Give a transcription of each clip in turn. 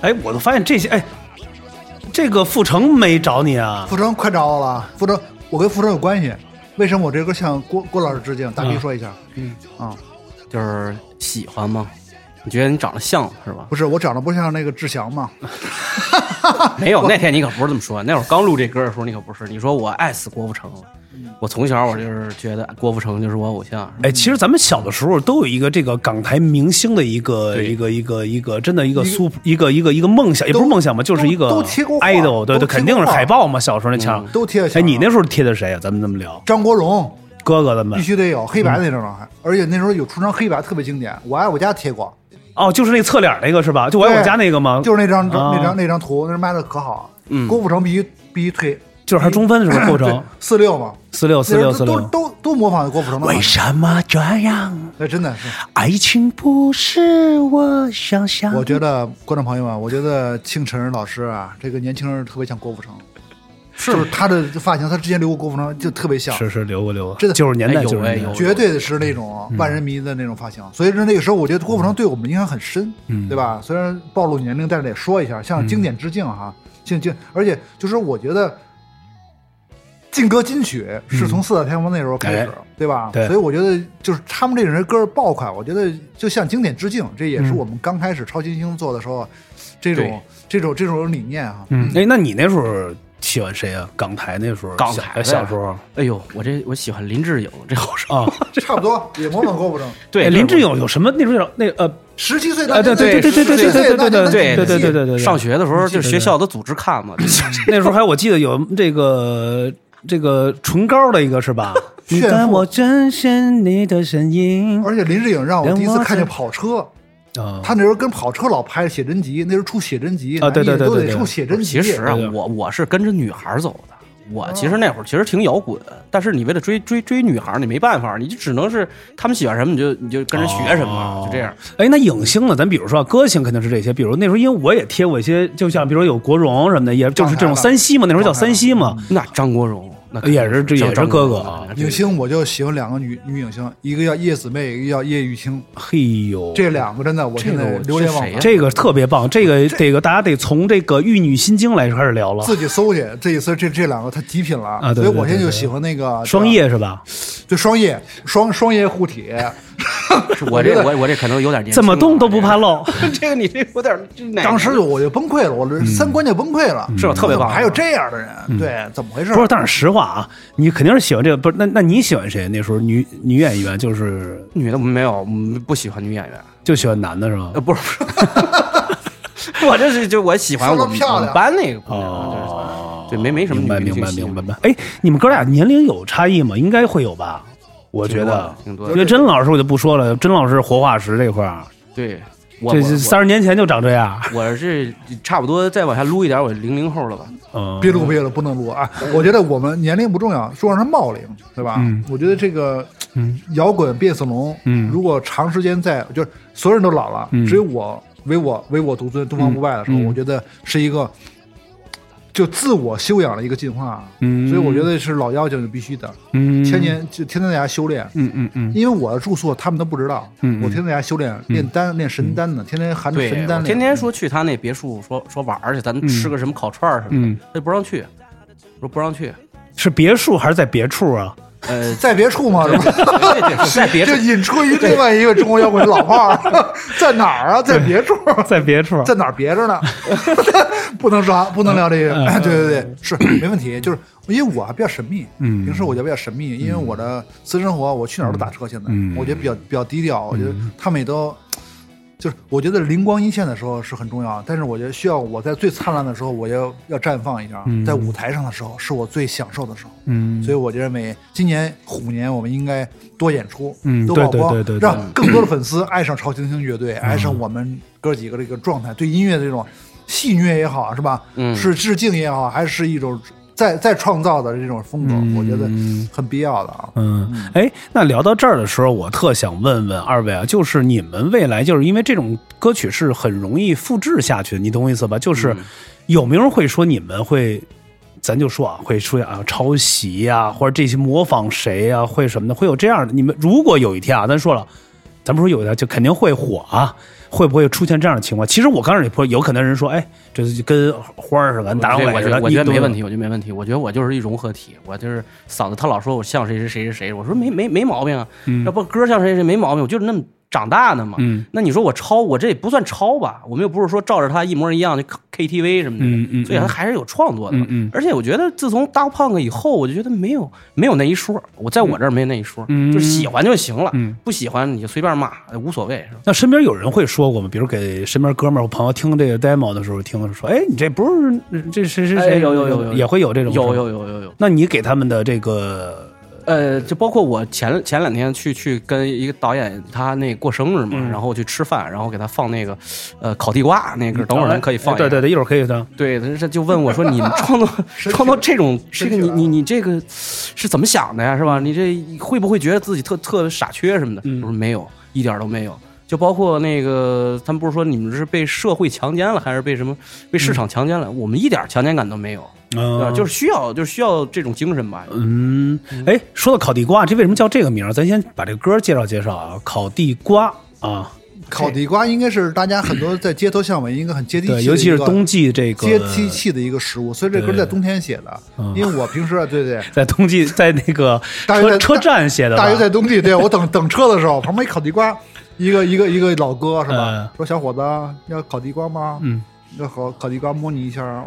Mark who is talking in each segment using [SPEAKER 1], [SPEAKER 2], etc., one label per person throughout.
[SPEAKER 1] 哎，我都发现这些，哎，这个傅成没找你啊？
[SPEAKER 2] 傅征快找我了，傅征，我跟傅征有关系。为什么我这歌向郭郭老师致敬？大逼说一下，嗯啊、
[SPEAKER 3] 就是喜欢吗？你觉得你长得像是吧？
[SPEAKER 2] 不是我长得不像那个志 祥吗？
[SPEAKER 3] 没有，那天你可不是这么说。那会儿刚录这歌的时候，你可不是。你说我爱死郭富城了，我从小我就是觉得郭富城就是我偶像。
[SPEAKER 1] 哎，其实咱们小的时候都有一个这个港台明星的一个
[SPEAKER 3] 对
[SPEAKER 1] 一个一个一个真的一个
[SPEAKER 2] 一个
[SPEAKER 1] super 一个一个一个梦想，也不是梦想吧，就是一个
[SPEAKER 2] 都贴过画
[SPEAKER 1] idol，对
[SPEAKER 2] 都
[SPEAKER 1] 对，
[SPEAKER 2] 贴
[SPEAKER 1] 肯定是
[SPEAKER 2] 过画嗯
[SPEAKER 1] 海报嘛，小时候那墙上
[SPEAKER 2] 都贴在墙
[SPEAKER 1] 哎，
[SPEAKER 2] 上
[SPEAKER 1] 你那时候贴的谁啊？咱们这么聊，
[SPEAKER 2] 张国荣
[SPEAKER 1] 哥哥咱们
[SPEAKER 2] 必须得有黑白那张照片，
[SPEAKER 1] 嗯
[SPEAKER 2] 而且那时候有出张黑白特别经典，《我爱我家》贴过，
[SPEAKER 1] 哦，就是那侧脸那个是吧？就我爱我家那个吗？
[SPEAKER 2] 就是那张照
[SPEAKER 1] 啊
[SPEAKER 2] 那张那张图，那卖的可好。
[SPEAKER 3] 嗯
[SPEAKER 2] 郭富城必须必须推
[SPEAKER 1] 就是还中分 是吧？过程
[SPEAKER 2] 四六嘛，
[SPEAKER 1] 四六四六
[SPEAKER 2] 那时
[SPEAKER 1] 四
[SPEAKER 2] 候都
[SPEAKER 1] 六。
[SPEAKER 2] 都都都模仿郭富城的嘛。
[SPEAKER 1] 么这样？
[SPEAKER 2] 那真的是，
[SPEAKER 1] 爱情不是我想象
[SPEAKER 2] 我觉得观众朋友们，我觉得庆晨老师啊，这个年轻人特别像郭富城，
[SPEAKER 3] 是
[SPEAKER 2] 就是他的发型，他之前留过郭富城，就特别像，
[SPEAKER 1] 是是留过留过，
[SPEAKER 2] 真的
[SPEAKER 1] 九十年代
[SPEAKER 3] 哎有
[SPEAKER 1] 九十
[SPEAKER 3] 哎
[SPEAKER 1] 年
[SPEAKER 3] 有
[SPEAKER 1] 代。
[SPEAKER 2] 绝对的是那种万人迷的那种发型。所以说那个时候，我觉得郭富城对我们的影响很深，对吧？虽然暴露年龄，但是得说一下，向经典致敬哈，敬敬。而且就是我觉得。劲歌金曲是从四大天王那时候开始，
[SPEAKER 1] 哎
[SPEAKER 2] 对吧？
[SPEAKER 1] 对
[SPEAKER 2] 所以我觉得就是他们这个人歌爆款，我觉得就向经典致敬，这也是我们刚开始超新星做的时候，这种
[SPEAKER 3] 对
[SPEAKER 2] 这种这种理念啊。
[SPEAKER 1] 嗯，哎，那你那时候喜欢谁啊？港台那时候，
[SPEAKER 3] 港台的
[SPEAKER 1] 小小时候
[SPEAKER 3] 哎呦，我这我喜欢林志颖，这好说。
[SPEAKER 1] 啊，
[SPEAKER 2] 差不多也模仿郭富城。
[SPEAKER 1] 哎
[SPEAKER 3] 对，
[SPEAKER 1] 林志颖有什么那时候叫那呃
[SPEAKER 2] 十七岁
[SPEAKER 1] 啊
[SPEAKER 2] 那
[SPEAKER 1] 对对对对对对对对对对对对对对对对，
[SPEAKER 3] 上学的时候就
[SPEAKER 1] 对
[SPEAKER 3] 学校的组织看 嘛，
[SPEAKER 1] 那时候还我记得有这个这个唇膏的一个是 吧？你
[SPEAKER 2] 炫富
[SPEAKER 1] 看我真身你的身影
[SPEAKER 2] 而且林志颖让我第一次看见跑车，
[SPEAKER 1] 啊，
[SPEAKER 2] 他那时候跟跑车老拍写真集，那时候出写真集，
[SPEAKER 1] 啊对对对
[SPEAKER 2] 男艺人
[SPEAKER 1] 对对
[SPEAKER 2] 都得出写真集。
[SPEAKER 3] 其实啊
[SPEAKER 1] 对哦对，
[SPEAKER 3] 我我是跟着女孩儿走的。我其实那会儿其实挺摇滚，但是你为了追追追女孩儿，你没办法，你就只能是他们喜欢什么你就你就跟着学什么，啊就这样。。
[SPEAKER 1] 哎，那影星呢？咱比如说啊歌星肯定是这些，比如那时候因为我也贴过一些，就像比如说有国荣什么的，也就是这种三西嘛，那时候叫三西嘛。
[SPEAKER 3] 那张国荣那
[SPEAKER 1] 也是这也是哥哥啊
[SPEAKER 2] 影星我就喜欢两个女女影星，一个叫叶子妹，一个叫叶玉卿，
[SPEAKER 1] 嘿呦，
[SPEAKER 2] 这两个真的我现
[SPEAKER 3] 这个
[SPEAKER 2] 在
[SPEAKER 3] 我
[SPEAKER 2] 流连忘
[SPEAKER 3] 是
[SPEAKER 2] 返
[SPEAKER 3] 谁呀。
[SPEAKER 1] 这个特别棒，这 个这个大家得从这个《玉女心经》来开始聊了。
[SPEAKER 2] 自己搜去，这一次这这两个他极品了，
[SPEAKER 1] 啊对
[SPEAKER 2] 所以我
[SPEAKER 1] 对
[SPEAKER 2] 现在
[SPEAKER 1] 对
[SPEAKER 2] 就
[SPEAKER 1] 对
[SPEAKER 2] 喜欢那个
[SPEAKER 1] 双，叶是吧？
[SPEAKER 2] 对双叶双双叶 护体，
[SPEAKER 3] 是我这我我这可能有点年轻
[SPEAKER 1] 怎么动
[SPEAKER 3] 了啊
[SPEAKER 1] 都不怕。漏。
[SPEAKER 3] 这个这个你这有点这哪个
[SPEAKER 2] 当时就我就崩溃了，我
[SPEAKER 1] 嗯
[SPEAKER 2] 这三观就崩溃了，
[SPEAKER 3] 是吧特别棒
[SPEAKER 2] 怎么还有这样的人，对，怎么回事？
[SPEAKER 1] 不是，但是实话啊，你肯定是喜欢这个。不是，那那你喜欢谁？那时候女女演员就是
[SPEAKER 3] 女的没有嗯不喜欢女演员，
[SPEAKER 1] 就喜欢男的是吗
[SPEAKER 3] 呃？不是，不是 我这是就我喜欢我
[SPEAKER 2] 说
[SPEAKER 3] 们
[SPEAKER 2] 得漂亮
[SPEAKER 3] 我们班那个姑娘，就是
[SPEAKER 1] 哦，
[SPEAKER 3] 对没没什么
[SPEAKER 1] 明白
[SPEAKER 3] 女明
[SPEAKER 1] 明
[SPEAKER 3] 星
[SPEAKER 1] 白
[SPEAKER 3] 喜
[SPEAKER 1] 明
[SPEAKER 3] 欢
[SPEAKER 1] 白明白。哎，你们哥俩年龄有差异吗？应该会有吧？我觉得，
[SPEAKER 3] 挺多的挺多的
[SPEAKER 1] 因为甄老师我就不说了，甄老师活化石这块儿，
[SPEAKER 3] 对，我
[SPEAKER 1] 这
[SPEAKER 3] 我
[SPEAKER 1] 是三十年前就长这样。
[SPEAKER 3] 我是差不多再往下撸一点，我零零后了吧？
[SPEAKER 1] 嗯，
[SPEAKER 2] 别录别录，不能录啊！我觉得我们年龄不重要，说让它冒龄，对吧？
[SPEAKER 1] 嗯
[SPEAKER 2] 我觉得这个
[SPEAKER 1] 嗯
[SPEAKER 2] 摇滚变色龙，
[SPEAKER 1] 嗯
[SPEAKER 2] 如果长时间在，就是所有人都老了，
[SPEAKER 1] 嗯
[SPEAKER 2] 只有我唯我唯我独尊、东方不败的时候，
[SPEAKER 1] 嗯嗯
[SPEAKER 2] 我觉得是一个就自我修养的一个进化。
[SPEAKER 1] 嗯
[SPEAKER 2] 所以我觉得是老妖精是必须的，
[SPEAKER 1] 嗯
[SPEAKER 2] 千年就天天在家修炼。
[SPEAKER 1] 嗯嗯嗯
[SPEAKER 2] 因为我的住宿他们都不知道，
[SPEAKER 1] 嗯嗯嗯
[SPEAKER 2] 我天天在家修炼练丹练神丹呢，天天含着
[SPEAKER 3] 对，
[SPEAKER 2] 神
[SPEAKER 3] 我
[SPEAKER 2] 丹练，，
[SPEAKER 3] 天天说去他那别墅说说玩儿去，咱吃个什么烤串儿什么
[SPEAKER 1] 嗯
[SPEAKER 3] 的，他就不让去，说不让去。
[SPEAKER 1] 是别墅还是在别处啊？
[SPEAKER 3] 呃
[SPEAKER 2] 在别处嘛，是吧？
[SPEAKER 3] 对对，在别处
[SPEAKER 2] 这引出一另外一个中国摇滚老炮 儿， 在哪儿啊？在别处，
[SPEAKER 1] 在别处，
[SPEAKER 2] 在哪儿别着呢？ 不能说，不能聊这
[SPEAKER 1] 嗯
[SPEAKER 2] 个。哎对对对，是没问题。就是因为我啊还比较神秘，
[SPEAKER 1] 嗯
[SPEAKER 2] 平时我就比较神秘，因为我的私生活，我去哪儿都打车。现在
[SPEAKER 1] 嗯
[SPEAKER 2] 我觉得比较比较低调，我觉得他们也都。就是我觉得灵光一现的时候是很重要，但是我觉得需要我在最灿烂的时候，我要要绽放一下，在舞台上的时候是我最享受的时候。
[SPEAKER 1] 嗯，
[SPEAKER 2] 所以我就认为今年虎年我们应该多演出，
[SPEAKER 1] 嗯
[SPEAKER 2] 多曝
[SPEAKER 1] 对对
[SPEAKER 2] 光，
[SPEAKER 1] 对对对嗯
[SPEAKER 2] 让更多的粉丝爱上超新星乐队，爱上我们哥几个这个状态，对音乐的这种戏谑也好，是吧？
[SPEAKER 3] 嗯
[SPEAKER 2] 是致敬也好，还是一种再再创造的这种风格，我觉得很必要的啊。
[SPEAKER 1] 嗯，哎，那聊到这儿的时候，我特想问问二位啊，就是你们未来，就是因为这种歌曲是很容易复制下去的，你懂我意思吧？就是有没有人会说你们会，咱就说啊，会说啊抄啊袭呀、或者这些模仿谁呀、会什么的，会有这样的？你们如果有一天啊，咱说了。咱不说有的，就肯定会火啊，会不会出现这样的情况？其实我刚开始也不有可能人说，哎，这就跟花儿似的，跟打
[SPEAKER 3] 我
[SPEAKER 1] 上
[SPEAKER 3] 觉
[SPEAKER 1] 尾似
[SPEAKER 3] 得
[SPEAKER 1] 的，
[SPEAKER 3] 我觉得
[SPEAKER 1] 你
[SPEAKER 3] 没问。题，我觉得没问题。我觉得我就是一融合体，我就是嫂子，她老说我像谁谁谁谁谁，我说没没没毛病啊，要不歌像谁谁谁没毛病，我就是那么长大的嘛。
[SPEAKER 1] 嗯
[SPEAKER 3] 那你说我抄，我这也不算抄吧，我们又不是说照着他一模一样就 K T V 什么的，
[SPEAKER 1] 嗯嗯
[SPEAKER 3] 所以
[SPEAKER 1] 嗯
[SPEAKER 3] 他还是有创作的嘛。
[SPEAKER 1] 嗯嗯
[SPEAKER 3] 而且我觉得自从当胖哥以后，我就觉得没有没有那一说，我在我这儿没有那一说，
[SPEAKER 1] 嗯
[SPEAKER 3] 就是喜欢就行了，
[SPEAKER 1] 嗯
[SPEAKER 3] 不喜欢你就随便骂，无所谓。是吧
[SPEAKER 1] 那身边有人会说过吗？比如给身边哥们儿或朋友听这个 demo 的时候，听说，哎，你这不是这谁谁
[SPEAKER 3] 哎
[SPEAKER 1] 谁？
[SPEAKER 3] 有有有有
[SPEAKER 1] 也会有这种。
[SPEAKER 3] 有。有有有有，
[SPEAKER 1] 那你给他们的这个
[SPEAKER 3] 呃，就包括我前前两天去去跟一个导演他那过生日嘛，然后去吃饭，然后给他放那个呃烤地瓜那
[SPEAKER 1] 嗯
[SPEAKER 3] 个，等会儿咱可以放一下。
[SPEAKER 1] 哎对对对，一会儿可以的。
[SPEAKER 3] 对，他这就问我说：“你们创作创作这种
[SPEAKER 2] 神
[SPEAKER 3] 这个，
[SPEAKER 2] 奇
[SPEAKER 3] 你
[SPEAKER 2] 了
[SPEAKER 3] 你你这个是怎么想的呀？是吧？你这会不会觉得自己特特傻缺什么的？”
[SPEAKER 1] 嗯
[SPEAKER 3] 我说：“没有，一点儿都没有。”就包括那个，他们不是说你们是被社会强奸了，还是被什么被市场强奸了？我们一点儿强奸感都没有，对吧？
[SPEAKER 1] 嗯，
[SPEAKER 3] 就是需要，就是需要这种精神吧。
[SPEAKER 1] 嗯，哎，说到烤地瓜，这为什么叫这个名儿？咱先把这歌介绍介绍啊，烤地瓜啊，
[SPEAKER 2] 烤地瓜应该是大家很多在街头巷尾应该很接地气的
[SPEAKER 1] 对，
[SPEAKER 2] 一个，
[SPEAKER 1] 尤其是冬季这个
[SPEAKER 2] 接地气的一个食物，所以这歌
[SPEAKER 1] 对
[SPEAKER 2] 在冬天写的
[SPEAKER 1] 嗯，
[SPEAKER 2] 因为我平时啊，对对，
[SPEAKER 1] 在冬季， 在那个
[SPEAKER 2] 大约
[SPEAKER 1] 车
[SPEAKER 2] 在
[SPEAKER 1] 车站写的吧，
[SPEAKER 2] 大约在冬季，对我等等车的时候，旁边一烤地瓜，一个一个一个老哥是
[SPEAKER 1] 嗯
[SPEAKER 2] 吧？说小伙子要烤地瓜吗？
[SPEAKER 1] 嗯，
[SPEAKER 2] 要烤烤地瓜摸你一下啊。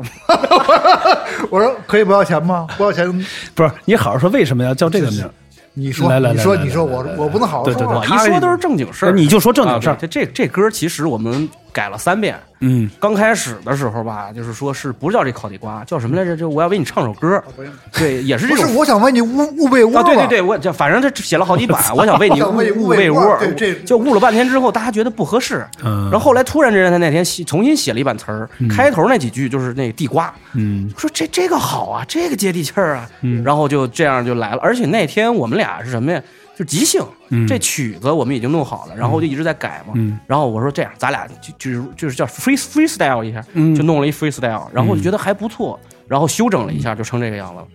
[SPEAKER 2] 我说可以不要钱吗？不要钱，
[SPEAKER 1] 不是你好好说为什么要叫这个名儿？
[SPEAKER 2] 你说
[SPEAKER 1] 来来来
[SPEAKER 2] 你说
[SPEAKER 1] 来
[SPEAKER 2] 你说
[SPEAKER 1] 来
[SPEAKER 2] 我
[SPEAKER 1] 来来
[SPEAKER 2] 我不能好好
[SPEAKER 1] 对
[SPEAKER 2] 说
[SPEAKER 1] 对
[SPEAKER 3] 我
[SPEAKER 2] 话
[SPEAKER 1] 对。
[SPEAKER 3] 啊一说都是正经事儿，
[SPEAKER 1] 呃你就说正经事儿
[SPEAKER 3] 啊对这这这歌其实我们改了三遍，
[SPEAKER 1] 嗯，
[SPEAKER 3] 刚开始的时候吧，就是说是不是叫这烤地瓜，叫什么来着？就我要为你唱首歌，对，也是这
[SPEAKER 2] 哦不
[SPEAKER 3] 种
[SPEAKER 2] 是，。我想问你误误被窝吗？
[SPEAKER 3] 啊，对对对，我这反正这写了好 几版，我想为你
[SPEAKER 2] 想为你
[SPEAKER 3] 误
[SPEAKER 2] 误
[SPEAKER 3] 被
[SPEAKER 2] 被
[SPEAKER 3] 窝
[SPEAKER 2] 窝对这
[SPEAKER 3] 就误了半天之后，大家觉得不合适。
[SPEAKER 1] 嗯
[SPEAKER 3] 然后后来突然之间，他那天写重新写了一版词儿，开头那几句就是那个地瓜，
[SPEAKER 1] 嗯
[SPEAKER 3] 说这这个好啊，这个接地气儿啊，然后就这样就来了。而且那天我们俩是什么呀？就即兴，这曲子我们已经弄好了，然后就一直在改嘛。
[SPEAKER 1] 嗯
[SPEAKER 3] 然后我说这样，咱俩就就是就是叫 free freestyle 一下，
[SPEAKER 1] 嗯
[SPEAKER 3] 就弄了一 freestyle，然后我就觉得还不错，然后修整了一下，就成这个样子了。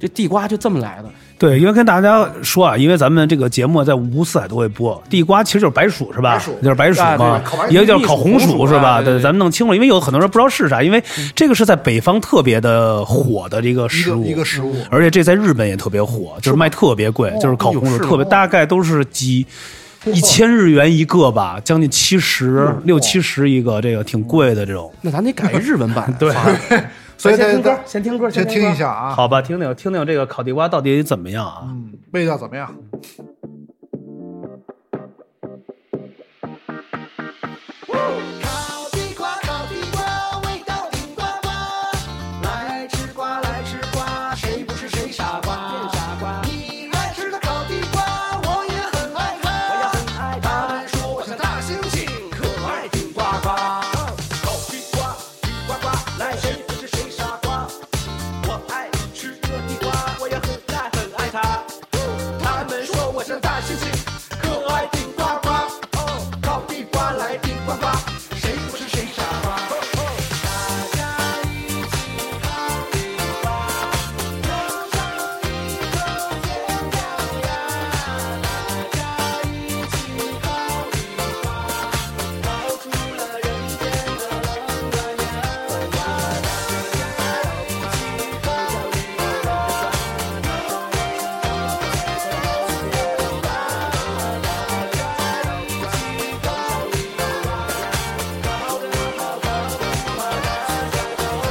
[SPEAKER 3] 这地瓜就这么来的，
[SPEAKER 1] 对，因为跟大家说啊，因为咱们这个节目在五湖四海都会播，地瓜其实就是白薯是吧？
[SPEAKER 2] 白薯
[SPEAKER 1] 就是白薯
[SPEAKER 3] 啊对
[SPEAKER 1] 嘛
[SPEAKER 2] 烤白，薯
[SPEAKER 1] 也叫烤红
[SPEAKER 3] 蜜薯
[SPEAKER 1] 是吧？
[SPEAKER 3] 啊对对对
[SPEAKER 1] 咱们弄清楚，因为有很多人不知道是啥，因为这个是在北方特别的火的这个
[SPEAKER 2] 一
[SPEAKER 1] 食
[SPEAKER 2] 个
[SPEAKER 1] 物，
[SPEAKER 2] 一个食物，
[SPEAKER 1] 而且这在日本也特别火，就是卖特别贵，就是烤红薯特别，大概都是几一千日元一个吧，将近七十六七十一个，这个挺贵的这种。
[SPEAKER 3] 那咱得改日文版。啊
[SPEAKER 1] 对
[SPEAKER 3] 算了
[SPEAKER 2] 所以
[SPEAKER 1] 先听
[SPEAKER 2] 大
[SPEAKER 1] 歌
[SPEAKER 2] 家，
[SPEAKER 1] 先听歌，
[SPEAKER 2] 先
[SPEAKER 1] 听
[SPEAKER 2] 听
[SPEAKER 1] 歌
[SPEAKER 2] 一。下啊，
[SPEAKER 1] 好吧，听听听听这个烤地瓜到底怎么样啊？
[SPEAKER 2] 嗯，味道怎么样？
[SPEAKER 4] 烤地瓜，烤地瓜，味道顶呱呱！来吃瓜，来吃瓜，谁不是谁傻瓜？傻瓜！你爱吃的烤地瓜，我也很爱它。我也很爱它。他们说我像大猩猩，可爱顶呱呱。烤地瓜，地瓜瓜，来谁不是谁傻瓜？我爱吃这地瓜，我也很爱很爱它。他们说我像大猩猩，可爱顶呱呱。哦，烤地瓜来顶呱呱，谁不是谁傻瓜？大家一起烤地瓜，合上一口甜掉牙。大家一起烤地瓜，烤出了人间的冷暖呀！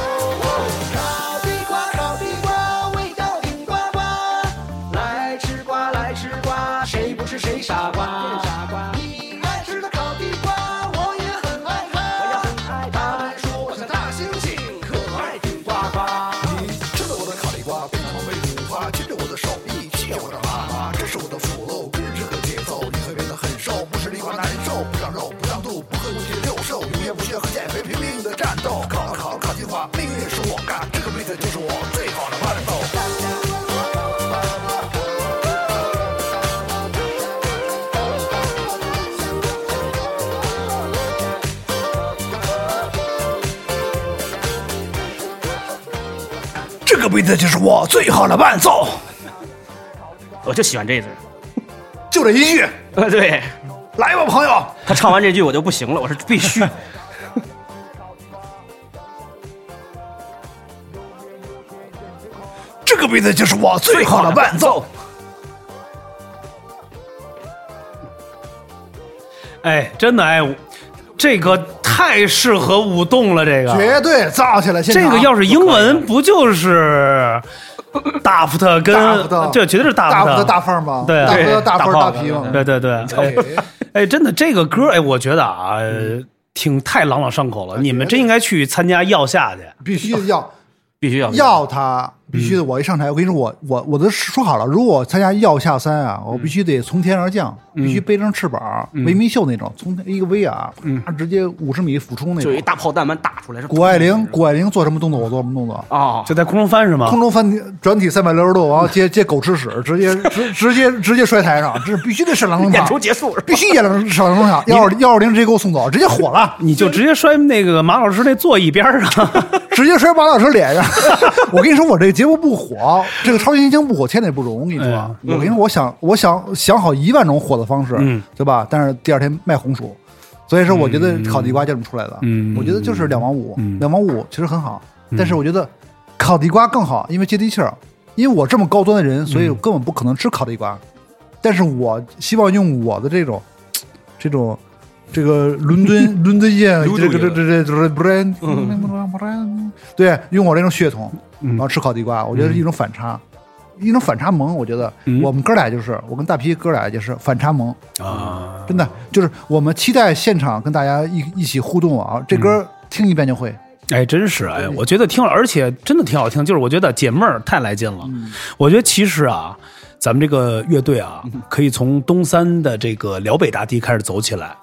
[SPEAKER 4] 烤地瓜，烤地瓜，味道顶呱呱！来吃瓜，来吃瓜，谁不是谁傻瓜？傻瓜！你爱吃的烤地瓜，我也很爱它。我也很爱它。他们说我像大猩猩，可爱顶呱呱。你吃了我的烤地瓜，变成美女花，牵着我的手臂，去我的妈妈，这是我的腐肉，跟着这个节奏，你会变得很瘦，不吃地瓜难受，不长肉，不长肚，不会不觉肉瘦，永远不懈和减肥拼命的战斗，烤烤烤地瓜，命运是我干，这个妹子就是我最好的伴奏。
[SPEAKER 2] 这个妹子就是我最好的伴奏，
[SPEAKER 3] 我就喜欢这支。
[SPEAKER 2] 就这一句。
[SPEAKER 3] 呃，对，
[SPEAKER 2] 来吧，朋友，
[SPEAKER 3] 他唱完这句我就不行了，我是必须。
[SPEAKER 2] 这个杯子就是我最好的伴奏。
[SPEAKER 1] 哎，真的哎，这个太适合舞动了，这个
[SPEAKER 2] 绝对造起来！现
[SPEAKER 1] 这
[SPEAKER 2] 场
[SPEAKER 1] 个要是英文不就是 Daft 跟
[SPEAKER 2] Daft
[SPEAKER 1] 这绝对是
[SPEAKER 2] 大不
[SPEAKER 1] Daft
[SPEAKER 2] 的大范儿吗？
[SPEAKER 1] 对啊
[SPEAKER 2] 大不的嗯大范儿
[SPEAKER 3] 大
[SPEAKER 2] 大
[SPEAKER 3] 炮
[SPEAKER 2] 皮吗？
[SPEAKER 1] 对对对，哎
[SPEAKER 2] 哎
[SPEAKER 1] 哎，真的这个歌哎，我觉得啊，
[SPEAKER 2] 嗯
[SPEAKER 1] 呃挺太朗朗上口
[SPEAKER 2] 啊
[SPEAKER 1] 了，你们真应该去参加药夏去。
[SPEAKER 2] 必须要
[SPEAKER 3] 必须要
[SPEAKER 2] 要他，必须的。我一上台，我跟你说，我我我都说好了，如果我参加要下三啊，我必须得从天而降，
[SPEAKER 3] 嗯
[SPEAKER 2] 必须背上翅膀，维密秀那种，从一个 V 啊，啪直接五十米俯冲那
[SPEAKER 3] 嗯就有一
[SPEAKER 2] 种。
[SPEAKER 3] 大炮弹般打出来，是
[SPEAKER 2] 谷爱凌，谷爱凌做什么动作，我做什么动作。
[SPEAKER 3] 啊，
[SPEAKER 1] 就在空中翻是吗
[SPEAKER 2] 空？中翻转体三百六十度，然后接接狗吃屎，直接直直接直接摔台上，这必须得上郎中
[SPEAKER 3] 演
[SPEAKER 2] 场
[SPEAKER 3] 出，结束是吧
[SPEAKER 2] 必须演上上郎中场，幺二幺二零直接给我送走，直接火了。
[SPEAKER 1] 你就直接摔那个马老师那座椅边儿上，
[SPEAKER 2] 直接摔马老师脸上。 我跟你说，我这个节目不火，这个超级新星不火，天也不容。我跟你说，
[SPEAKER 1] 哎
[SPEAKER 2] 我跟你说，我想，我想想好一万种火的方式，
[SPEAKER 1] 嗯
[SPEAKER 2] 对吧？但是第二天卖红薯，所以说我觉得烤地瓜就这么出来的。
[SPEAKER 1] 嗯
[SPEAKER 2] 我觉得就是两毛五，
[SPEAKER 1] 嗯
[SPEAKER 2] 两毛五其实很好，但是我觉得烤地瓜更好，因为接地气儿。因为我这么高端的人，所以
[SPEAKER 1] 嗯
[SPEAKER 2] 我根本不可能吃烤地瓜，但是我希望用我的这种，这种。这个伦敦 伦敦夜，
[SPEAKER 3] 溜
[SPEAKER 2] 这
[SPEAKER 3] 达
[SPEAKER 2] 个这这这
[SPEAKER 3] 夜
[SPEAKER 2] 这不然
[SPEAKER 1] 嗯
[SPEAKER 2] 对，啊用我这种血统，
[SPEAKER 1] 嗯
[SPEAKER 2] 然后吃烤地瓜，我觉得是一种反差，一种反差萌。我觉得
[SPEAKER 1] 嗯
[SPEAKER 2] 我们哥俩就是，我跟大皮哥俩就是反差萌，
[SPEAKER 1] 啊，
[SPEAKER 2] 真的就是我们期待现场跟大家一一起互动啊！
[SPEAKER 1] 嗯
[SPEAKER 2] 这歌听一遍就会，
[SPEAKER 1] 哎，真是哎，我觉得挺好，而且真的挺好听。就是我觉得解闷儿太来劲了。我觉得其实啊，咱们这个乐队啊，可以从东三的这个辽北大堤开始走起来，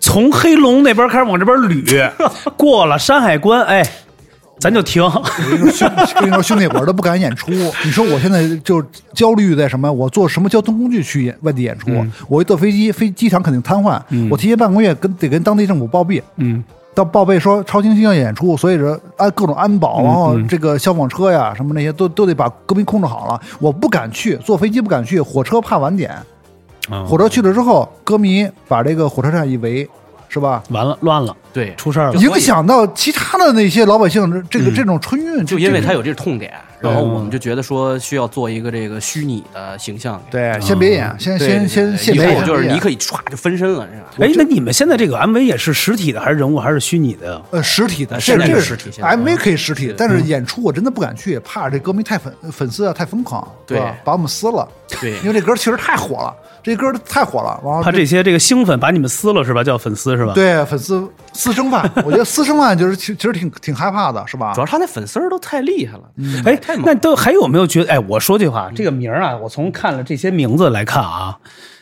[SPEAKER 1] 从黑龙那边开始往这边捋，过了山海关，哎，咱就停。
[SPEAKER 2] 我跟你 说兄， 跟你说兄弟伙都不敢演出。你说我现在就焦虑在什么？我坐什么交通工具去演外地演出？我一坐飞机，飞机场肯定瘫痪。我提前半个月跟得跟当地政府报备，
[SPEAKER 1] 嗯，
[SPEAKER 2] 到报备说超新星要演出，所以说安各种安保，然后这个消防车呀什么那些都都得把隔壁控制好了。我不敢去，坐飞机不敢去，火车怕晚点。
[SPEAKER 1] 嗯
[SPEAKER 2] 火车去了之后，歌迷把这个火车站一围，是吧？
[SPEAKER 1] 完了，乱了，
[SPEAKER 3] 对，
[SPEAKER 1] 出事儿了哎
[SPEAKER 3] 就。
[SPEAKER 2] 影响到其他的那些老百姓，这个这种春运，
[SPEAKER 3] 就
[SPEAKER 2] 这
[SPEAKER 3] 因为
[SPEAKER 2] 这
[SPEAKER 3] 他有这痛点，
[SPEAKER 1] 嗯
[SPEAKER 3] 然后我们就觉得说需要做一个这个虚拟的形象。
[SPEAKER 2] 对，先别演，先
[SPEAKER 3] 啊对，
[SPEAKER 2] 先
[SPEAKER 3] 对
[SPEAKER 2] 先
[SPEAKER 3] 对
[SPEAKER 2] 先
[SPEAKER 3] 以
[SPEAKER 2] 别演，
[SPEAKER 3] 后就是
[SPEAKER 2] 先别
[SPEAKER 3] 你
[SPEAKER 2] 演
[SPEAKER 3] 可以唰就分身了，是吧？
[SPEAKER 1] 哎，那你们现在这个 MV 也是实体的，还是人物，还是虚拟的？
[SPEAKER 2] 呃实体的，
[SPEAKER 3] 呃现在
[SPEAKER 2] 这
[SPEAKER 3] 有
[SPEAKER 2] 是
[SPEAKER 3] 实体现在嗯有
[SPEAKER 2] MV 可以实体，但是演出我真的不敢去，怕这歌迷太粉粉丝啊太疯狂，
[SPEAKER 3] 对
[SPEAKER 2] 是吧把我们撕了，
[SPEAKER 3] 对
[SPEAKER 2] 因为这歌确实太火了，这歌太火了，然后
[SPEAKER 1] 怕这些这个兴奋把你们撕了是吧？叫粉丝是吧？，
[SPEAKER 2] 啊对粉丝私生饭，我觉得私生饭就是其其实挺挺害怕的，是吧
[SPEAKER 3] 主？要他那粉丝儿都太厉害了，
[SPEAKER 2] 嗯
[SPEAKER 1] 哎
[SPEAKER 3] 太，猛
[SPEAKER 1] 那都还有没有觉得？哎，我说句话，这个名儿啊，我从看了这些名字来看啊，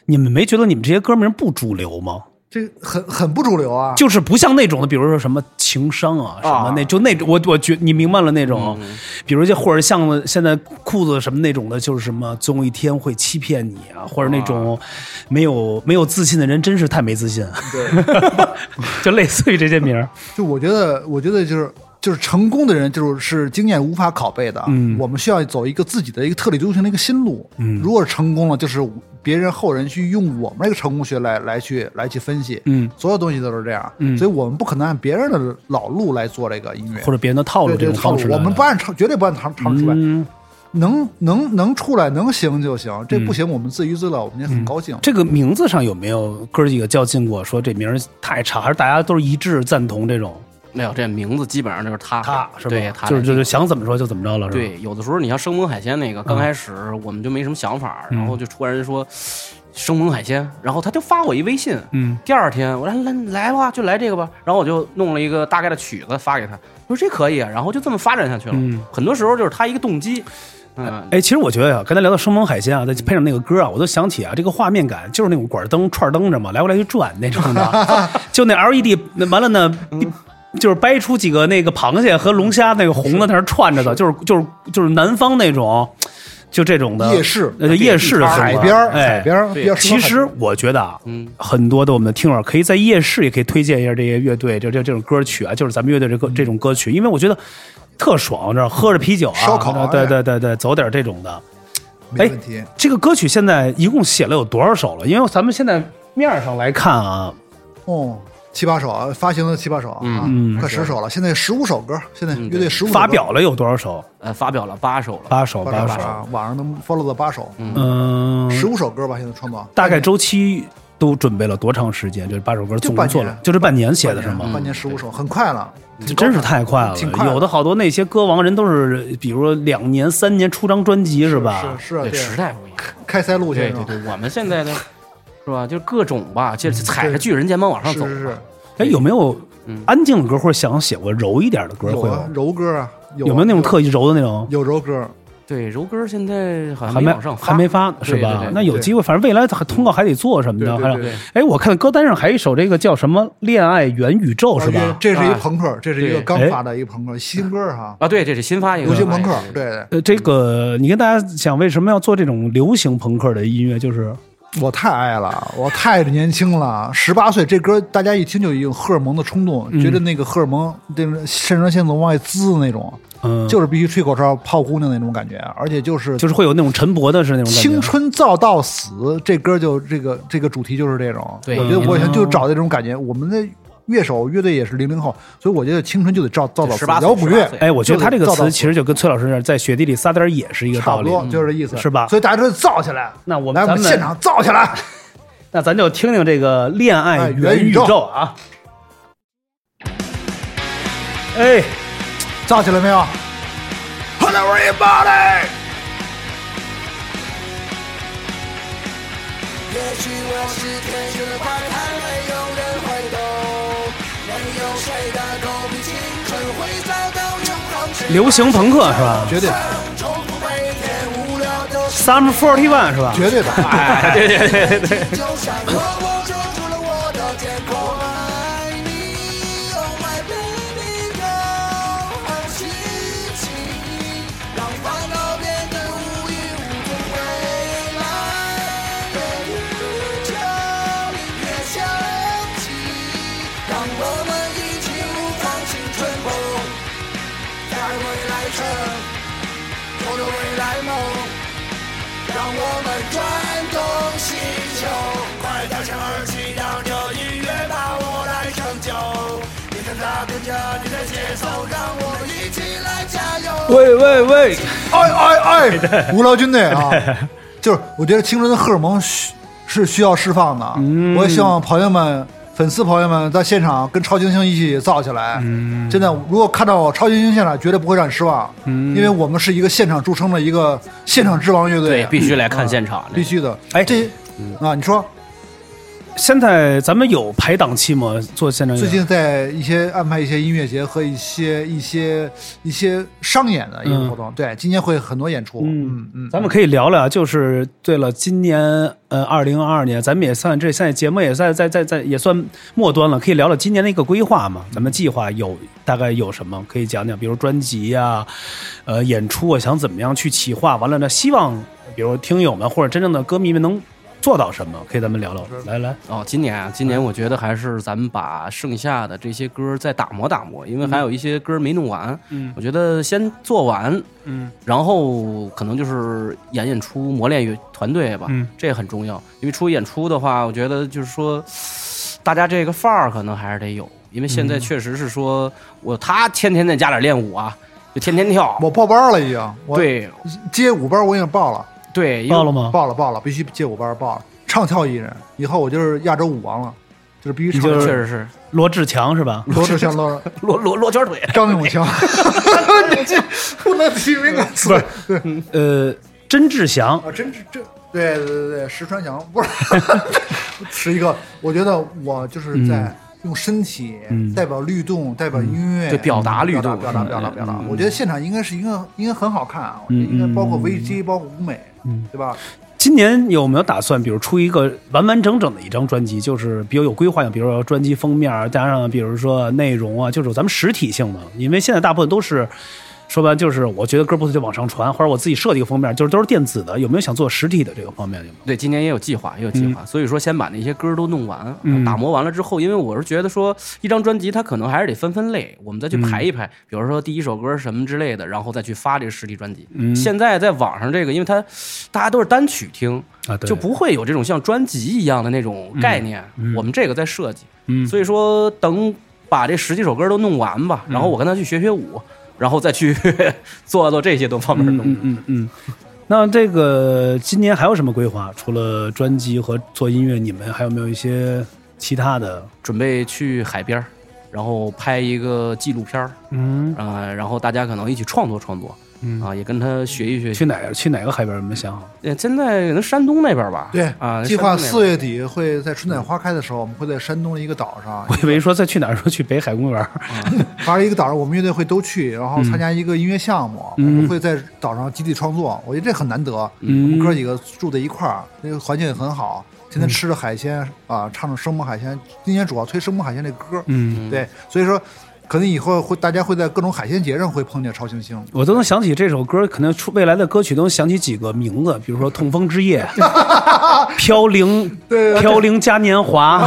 [SPEAKER 1] 你们没觉得你们这些歌名不主流吗？
[SPEAKER 2] 这很很不主流啊，
[SPEAKER 1] 就是不像那种的，比如说什么情商啊，什么那就那种，我我觉你明白了那种，
[SPEAKER 2] 嗯
[SPEAKER 1] 比如就或者像现在裤子什么那种的，就是什么总有一天会欺骗你啊，或者那种没有没有自信的人真是太没自信，对， 就类似于这些名儿，
[SPEAKER 2] 就我觉得，我觉得就是就是成功的人，就是是经验无法拷贝的。啊
[SPEAKER 1] 嗯
[SPEAKER 2] 我们需要走一个自己的一个特立独行的一个新路。
[SPEAKER 1] 嗯
[SPEAKER 2] 如果成功了，就是别人后人去用我们这个成功学来来去来去分析。
[SPEAKER 1] 嗯，
[SPEAKER 2] 所有东西都是这样。
[SPEAKER 1] 嗯
[SPEAKER 2] 所以我们不可能按别人的老路来做这个音乐
[SPEAKER 1] 或。者别人的套路这
[SPEAKER 2] 对对，
[SPEAKER 1] 种
[SPEAKER 2] 套
[SPEAKER 1] 方
[SPEAKER 2] 路
[SPEAKER 1] 式来
[SPEAKER 2] 我
[SPEAKER 1] 的，
[SPEAKER 2] 们不按常，绝对不按常常出来，
[SPEAKER 1] 嗯
[SPEAKER 2] 能能能出来，能行就行，这不行我们自娱自乐，我们也很
[SPEAKER 1] 嗯
[SPEAKER 2] 高兴。
[SPEAKER 1] 这个名字上有没有哥几个较劲过？说这名儿太差，还是大家都是一致赞同这种？
[SPEAKER 3] 没有这名字基本上就是他，
[SPEAKER 1] 他是吧？
[SPEAKER 3] 对，他
[SPEAKER 1] 就是
[SPEAKER 3] 来
[SPEAKER 1] 就是想怎么着就怎么着了，是吧？
[SPEAKER 3] 对，有的时候你像生猛海鲜那个，
[SPEAKER 1] 嗯
[SPEAKER 3] 刚开始我们就没什么想法，然后就突然说生猛海鲜，然后他就发我一微信，
[SPEAKER 1] 嗯，
[SPEAKER 3] 第二天我说来来吧，就来这个吧，然后我就弄了一个大概的曲子发给他，我说这可以，啊，然后就这么发展下去了。
[SPEAKER 1] 嗯
[SPEAKER 3] 很多时候就是他一个动机，嗯，
[SPEAKER 1] 哎，其实我觉得呀、刚才聊到生猛海鲜啊，再配上那个歌啊，我都想起啊，这个画面感就是那种管灯串灯着嘛，来回来去转那种 的，就那 LED，那完了呢，
[SPEAKER 2] 嗯
[SPEAKER 1] 就是掰出几个那个螃蟹和龙虾那个红的在那儿串着的，就是就是就是南方那种，就这种的
[SPEAKER 2] 夜市
[SPEAKER 1] 呃夜市的
[SPEAKER 2] 海
[SPEAKER 1] 风格
[SPEAKER 2] 边儿，
[SPEAKER 1] 哎
[SPEAKER 2] 海边儿，比较适合
[SPEAKER 1] 其
[SPEAKER 2] 海边
[SPEAKER 1] 实
[SPEAKER 2] 儿
[SPEAKER 1] 我觉得啊，
[SPEAKER 3] 嗯
[SPEAKER 1] 很多的我们的听友可以在夜市也可以推荐一下这些乐队，就这这种歌曲啊，就是咱们乐队这歌这种歌曲，因为我觉得特爽，这儿喝着啤酒啊，
[SPEAKER 2] 烧烤啊
[SPEAKER 1] 对对对对，走点这种的，
[SPEAKER 2] 没问题。
[SPEAKER 1] 这个歌曲现在一共写了有多少首了？因为咱们现在面儿上来看啊，
[SPEAKER 2] 哦，七八首啊，发行了七八首啊，
[SPEAKER 1] 嗯
[SPEAKER 2] 快十首了，现在十五首歌，现在乐队十五
[SPEAKER 1] 发表了有多少首？
[SPEAKER 3] 呃，发表了八首了，
[SPEAKER 1] 八首，
[SPEAKER 2] 八
[SPEAKER 1] 首。
[SPEAKER 2] 啊，网上能 follow 到八首，
[SPEAKER 1] 嗯，
[SPEAKER 2] 十五首歌吧，现在创作
[SPEAKER 1] 大概周期都准备了多长时间？这八首歌总共做了，就
[SPEAKER 2] 就
[SPEAKER 1] 这半年写的是
[SPEAKER 2] 半年
[SPEAKER 1] 吗？
[SPEAKER 2] 半年十五首，很快了，
[SPEAKER 1] 这真是太快了，
[SPEAKER 2] 挺快的
[SPEAKER 1] 有的好多那些歌王人都是，比如说两年、三年出张专辑是吧？
[SPEAKER 2] 是是啊，
[SPEAKER 3] 对
[SPEAKER 2] 对
[SPEAKER 3] 时代不一样。
[SPEAKER 2] 开塞露
[SPEAKER 3] 对
[SPEAKER 2] 先
[SPEAKER 3] 对
[SPEAKER 2] 生，
[SPEAKER 3] 对，我们现在的是吧，就是各种吧，就是踩着巨人肩膀往上
[SPEAKER 2] 是
[SPEAKER 3] 走。
[SPEAKER 2] 是是，
[SPEAKER 1] 哎，有没有
[SPEAKER 3] 嗯
[SPEAKER 1] 安静的歌，或者想写过柔一点的歌？
[SPEAKER 2] 有
[SPEAKER 1] 会
[SPEAKER 2] 啊
[SPEAKER 1] 吗？
[SPEAKER 2] 柔歌啊，
[SPEAKER 1] 有
[SPEAKER 2] 有有
[SPEAKER 1] 没有那种特意柔的那种？
[SPEAKER 2] 有柔歌？
[SPEAKER 3] 对，柔哥现在好像
[SPEAKER 1] 还没
[SPEAKER 3] 往上发，
[SPEAKER 1] 还没发
[SPEAKER 3] 对
[SPEAKER 1] 是吧？
[SPEAKER 3] 对对
[SPEAKER 1] 那有
[SPEAKER 2] 对
[SPEAKER 1] 机会，反正未来还通告还得做什么的。还
[SPEAKER 2] 对对
[SPEAKER 1] 有
[SPEAKER 2] 对对
[SPEAKER 1] 哎，我看歌单上还有一首这个叫什么《恋爱元宇宙》是
[SPEAKER 2] 而且
[SPEAKER 1] 吧？
[SPEAKER 2] 这是一
[SPEAKER 3] 啊
[SPEAKER 2] 朋克，这是一个
[SPEAKER 3] 对
[SPEAKER 2] 刚
[SPEAKER 1] 哎
[SPEAKER 2] 发的一个朋克新歌哈，
[SPEAKER 3] 啊，对，这是新发一个哎
[SPEAKER 2] 流行朋克，
[SPEAKER 3] 对
[SPEAKER 2] 对对。
[SPEAKER 1] 呃，这个你跟大家讲为什么要做这种流行朋克的音乐？就是
[SPEAKER 2] 我太爱了，我太年轻了，十八岁这歌大家一听就有荷尔蒙的冲动，觉得那个荷尔蒙那种肾上腺素往外滋那种，
[SPEAKER 1] 嗯，
[SPEAKER 2] 就是必须吹口哨泡姑娘那种感觉，而且就是
[SPEAKER 1] 就是会有那种陈勃的是那种感觉
[SPEAKER 2] 青春造到死，这歌就这个这个主题就是这种。
[SPEAKER 3] 对
[SPEAKER 2] 我觉得
[SPEAKER 1] 嗯
[SPEAKER 2] 我以前就找这种感觉。我们的乐手乐队也是零零后，所以我觉得青春就得造造到
[SPEAKER 3] 十
[SPEAKER 2] 死。
[SPEAKER 3] 八岁
[SPEAKER 2] 摇滚
[SPEAKER 3] 18
[SPEAKER 2] 乐
[SPEAKER 3] 岁
[SPEAKER 1] 哎，我觉得他这个
[SPEAKER 2] 造到
[SPEAKER 1] 词
[SPEAKER 2] 死
[SPEAKER 1] 其实就跟崔老师那儿在雪地里撒点野是一个
[SPEAKER 2] 差
[SPEAKER 1] 道
[SPEAKER 2] 不
[SPEAKER 1] 理。
[SPEAKER 2] 多就是这意思，
[SPEAKER 1] 是吧
[SPEAKER 2] 所以大家都得造起来。
[SPEAKER 1] 那我们
[SPEAKER 2] 来，我
[SPEAKER 1] 咱
[SPEAKER 2] 们
[SPEAKER 1] 们
[SPEAKER 2] 现场造起来。
[SPEAKER 1] 那咱就听听这个《恋
[SPEAKER 2] 哎
[SPEAKER 1] 爱元宇宙》啊。哎，
[SPEAKER 2] 造起来没有？
[SPEAKER 4] Hello everybody。也许我是天使的怪胎，没有人会懂。没有谁的狗比青春会找到永恒之
[SPEAKER 1] 流行朋克是吧
[SPEAKER 2] 绝对，
[SPEAKER 4] 重复每天无聊的事，
[SPEAKER 1] ？Summer Forty One 是吧？
[SPEAKER 2] 绝对的。
[SPEAKER 3] 对对对对对，
[SPEAKER 4] 就像我，我遮住了我的天空。我爱你，Oh my baby girl，好心情，让烦恼变得无影无踪。未来的宇宙里面响起，让我们一起舞放青春梦，带未来车，有了未来梦。让我们转动星球，快戴上耳机，让这音乐把我来拯救。你的那跟着你的节奏，让我们一起来加油。
[SPEAKER 1] 喂喂喂，
[SPEAKER 2] 哎哎哎，无聊军队啊，就是我觉得青春的荷尔蒙需是需要释放的。我也希望朋友们、粉丝朋友们在现场跟超新星一起造起来。真的，如果看到我超新星现场，绝对不会让你失望，因为我们是一个现场著称的一个现场之王乐队，啊
[SPEAKER 1] 啊
[SPEAKER 3] 对，必须来看现场，
[SPEAKER 2] 必须的。
[SPEAKER 1] 哎
[SPEAKER 2] 这啊，你说
[SPEAKER 1] 现在咱们有排档期吗？做现场演
[SPEAKER 2] 最近在一些安排一些音乐节和一些一些一些商演的一个活动，对，今年会很多演出。嗯嗯，
[SPEAKER 1] 咱们可以聊聊，就是对了，今年呃，二零二二年，咱们也算这现在节目也在在在在也算末端了，可以聊聊今年的一个规划嘛？咱们计划有大概有什么可以讲讲？比如专辑呀、呃，演出啊，想怎么样去企划？完了呢，希望比如听友们或者真正的歌迷们能做到什么？可以咱们聊聊。来来，
[SPEAKER 3] 哦，今年啊，今年
[SPEAKER 2] 嗯
[SPEAKER 3] 我觉得还是咱们把剩下的这些歌再打磨打磨，因为
[SPEAKER 2] 嗯
[SPEAKER 3] 还有一些歌没弄完。
[SPEAKER 1] 嗯
[SPEAKER 3] 我觉得先做完，
[SPEAKER 1] 嗯
[SPEAKER 3] 然后可能就是演演出、磨练乐团队吧，
[SPEAKER 1] 嗯
[SPEAKER 3] 这很重要。因为出演出的话，我觉得就是说，大家这个范儿可能还是得有，因为现在确实是说，我他天天在家里练舞啊，就天天跳。
[SPEAKER 2] 我报班了已经，我
[SPEAKER 3] 对
[SPEAKER 2] 街舞班我已经报了，
[SPEAKER 3] 对，因为
[SPEAKER 1] 到了吗？
[SPEAKER 2] 报了，报了，必须街舞班报了。唱跳艺人，以后我就是亚洲舞王了，就是必须唱
[SPEAKER 1] 你
[SPEAKER 2] 跳。
[SPEAKER 1] 就
[SPEAKER 3] 确
[SPEAKER 1] 是
[SPEAKER 3] 实是
[SPEAKER 1] 罗志强是吧？
[SPEAKER 2] 罗志祥、罗
[SPEAKER 3] 罗罗罗圈腿。
[SPEAKER 2] 张永强， 你这不能提那个词。对啊，
[SPEAKER 1] 呃，甄志祥，
[SPEAKER 2] 真是这，对对对对，石川翔不是 是一个。我觉得我就是在用身体代表律动，代表音乐，
[SPEAKER 3] 对表达律动
[SPEAKER 2] 表达表达表达表达
[SPEAKER 3] 嗯嗯。嗯
[SPEAKER 2] 我觉得现场应该是应该应该很好看啊，我觉得应该包括 VJ，包括舞美，对吧？
[SPEAKER 1] 今年有没有打算，比如出一个完完整整的一张专辑？就是比如有规划性，比如说专辑封面啊，加上比如说内容啊，就是咱们实体性的。因为现在大部分都是说白了就是，我觉得歌不错就往上传，或者我自己设计一个封面，就是都是电子的。有没有想做实体的这个方面？有没有？
[SPEAKER 3] 对，今年也有计划，也有计划，所以说先把那些歌儿都弄完，呃
[SPEAKER 1] 嗯
[SPEAKER 3] 打磨完了之后，因为我是觉得说一张专辑它可能还是得分分类，我们再去排一
[SPEAKER 1] 嗯
[SPEAKER 3] 排，比如说第一首歌什么之类的，然后再去发这个实体专辑。
[SPEAKER 1] 嗯
[SPEAKER 3] 现在在网上这个，因为它大家都是单曲听，
[SPEAKER 1] 啊，对，
[SPEAKER 3] 就不会有这种像专辑一样的那种概念。我们这个在设计，
[SPEAKER 1] 嗯，
[SPEAKER 3] 所以说等把这十几首歌都弄完吧，然后我跟他去学学舞，然后再去 做做这些多方面的
[SPEAKER 1] 嗯
[SPEAKER 3] 东西
[SPEAKER 1] 嗯。嗯嗯。那这个今年还有什么规划？除了专辑和做音乐，你们还有没有一些其他的？
[SPEAKER 3] 准备去海边儿，然后拍一个纪录片儿，
[SPEAKER 1] 嗯，
[SPEAKER 3] 啊，然后大家可能一起创作创作，
[SPEAKER 1] 嗯
[SPEAKER 3] 啊，也跟他学一学习。
[SPEAKER 1] 去哪去哪个海边？你们想好？
[SPEAKER 3] 呃现在可能山东那边吧，
[SPEAKER 2] 对
[SPEAKER 3] 啊，
[SPEAKER 2] 计划
[SPEAKER 3] 山东
[SPEAKER 2] 四月底会在春暖花开的时候，我们会在山东的一个岛 上，
[SPEAKER 1] 我以为说再去哪儿，说去北海公园。
[SPEAKER 2] 反正一个岛上我们乐队会都去，然后参加一个音乐项目，我
[SPEAKER 1] 嗯
[SPEAKER 2] 们会在岛上集体创作。我觉得这很难得，我
[SPEAKER 1] 嗯
[SPEAKER 2] 们哥几个住在一块儿，那个环境也很好，天天吃着海鲜啊，唱着生猛海鲜。今年主要推生猛海鲜这歌，
[SPEAKER 1] 嗯，
[SPEAKER 2] 对，所以说可能以后会大家会在各种海鲜节上会碰见超新星。
[SPEAKER 1] 我都能想起这首歌，可能出未来的歌曲都能想起几个名字，比如说《痛风之夜》《飘零》《飘零嘉年华》，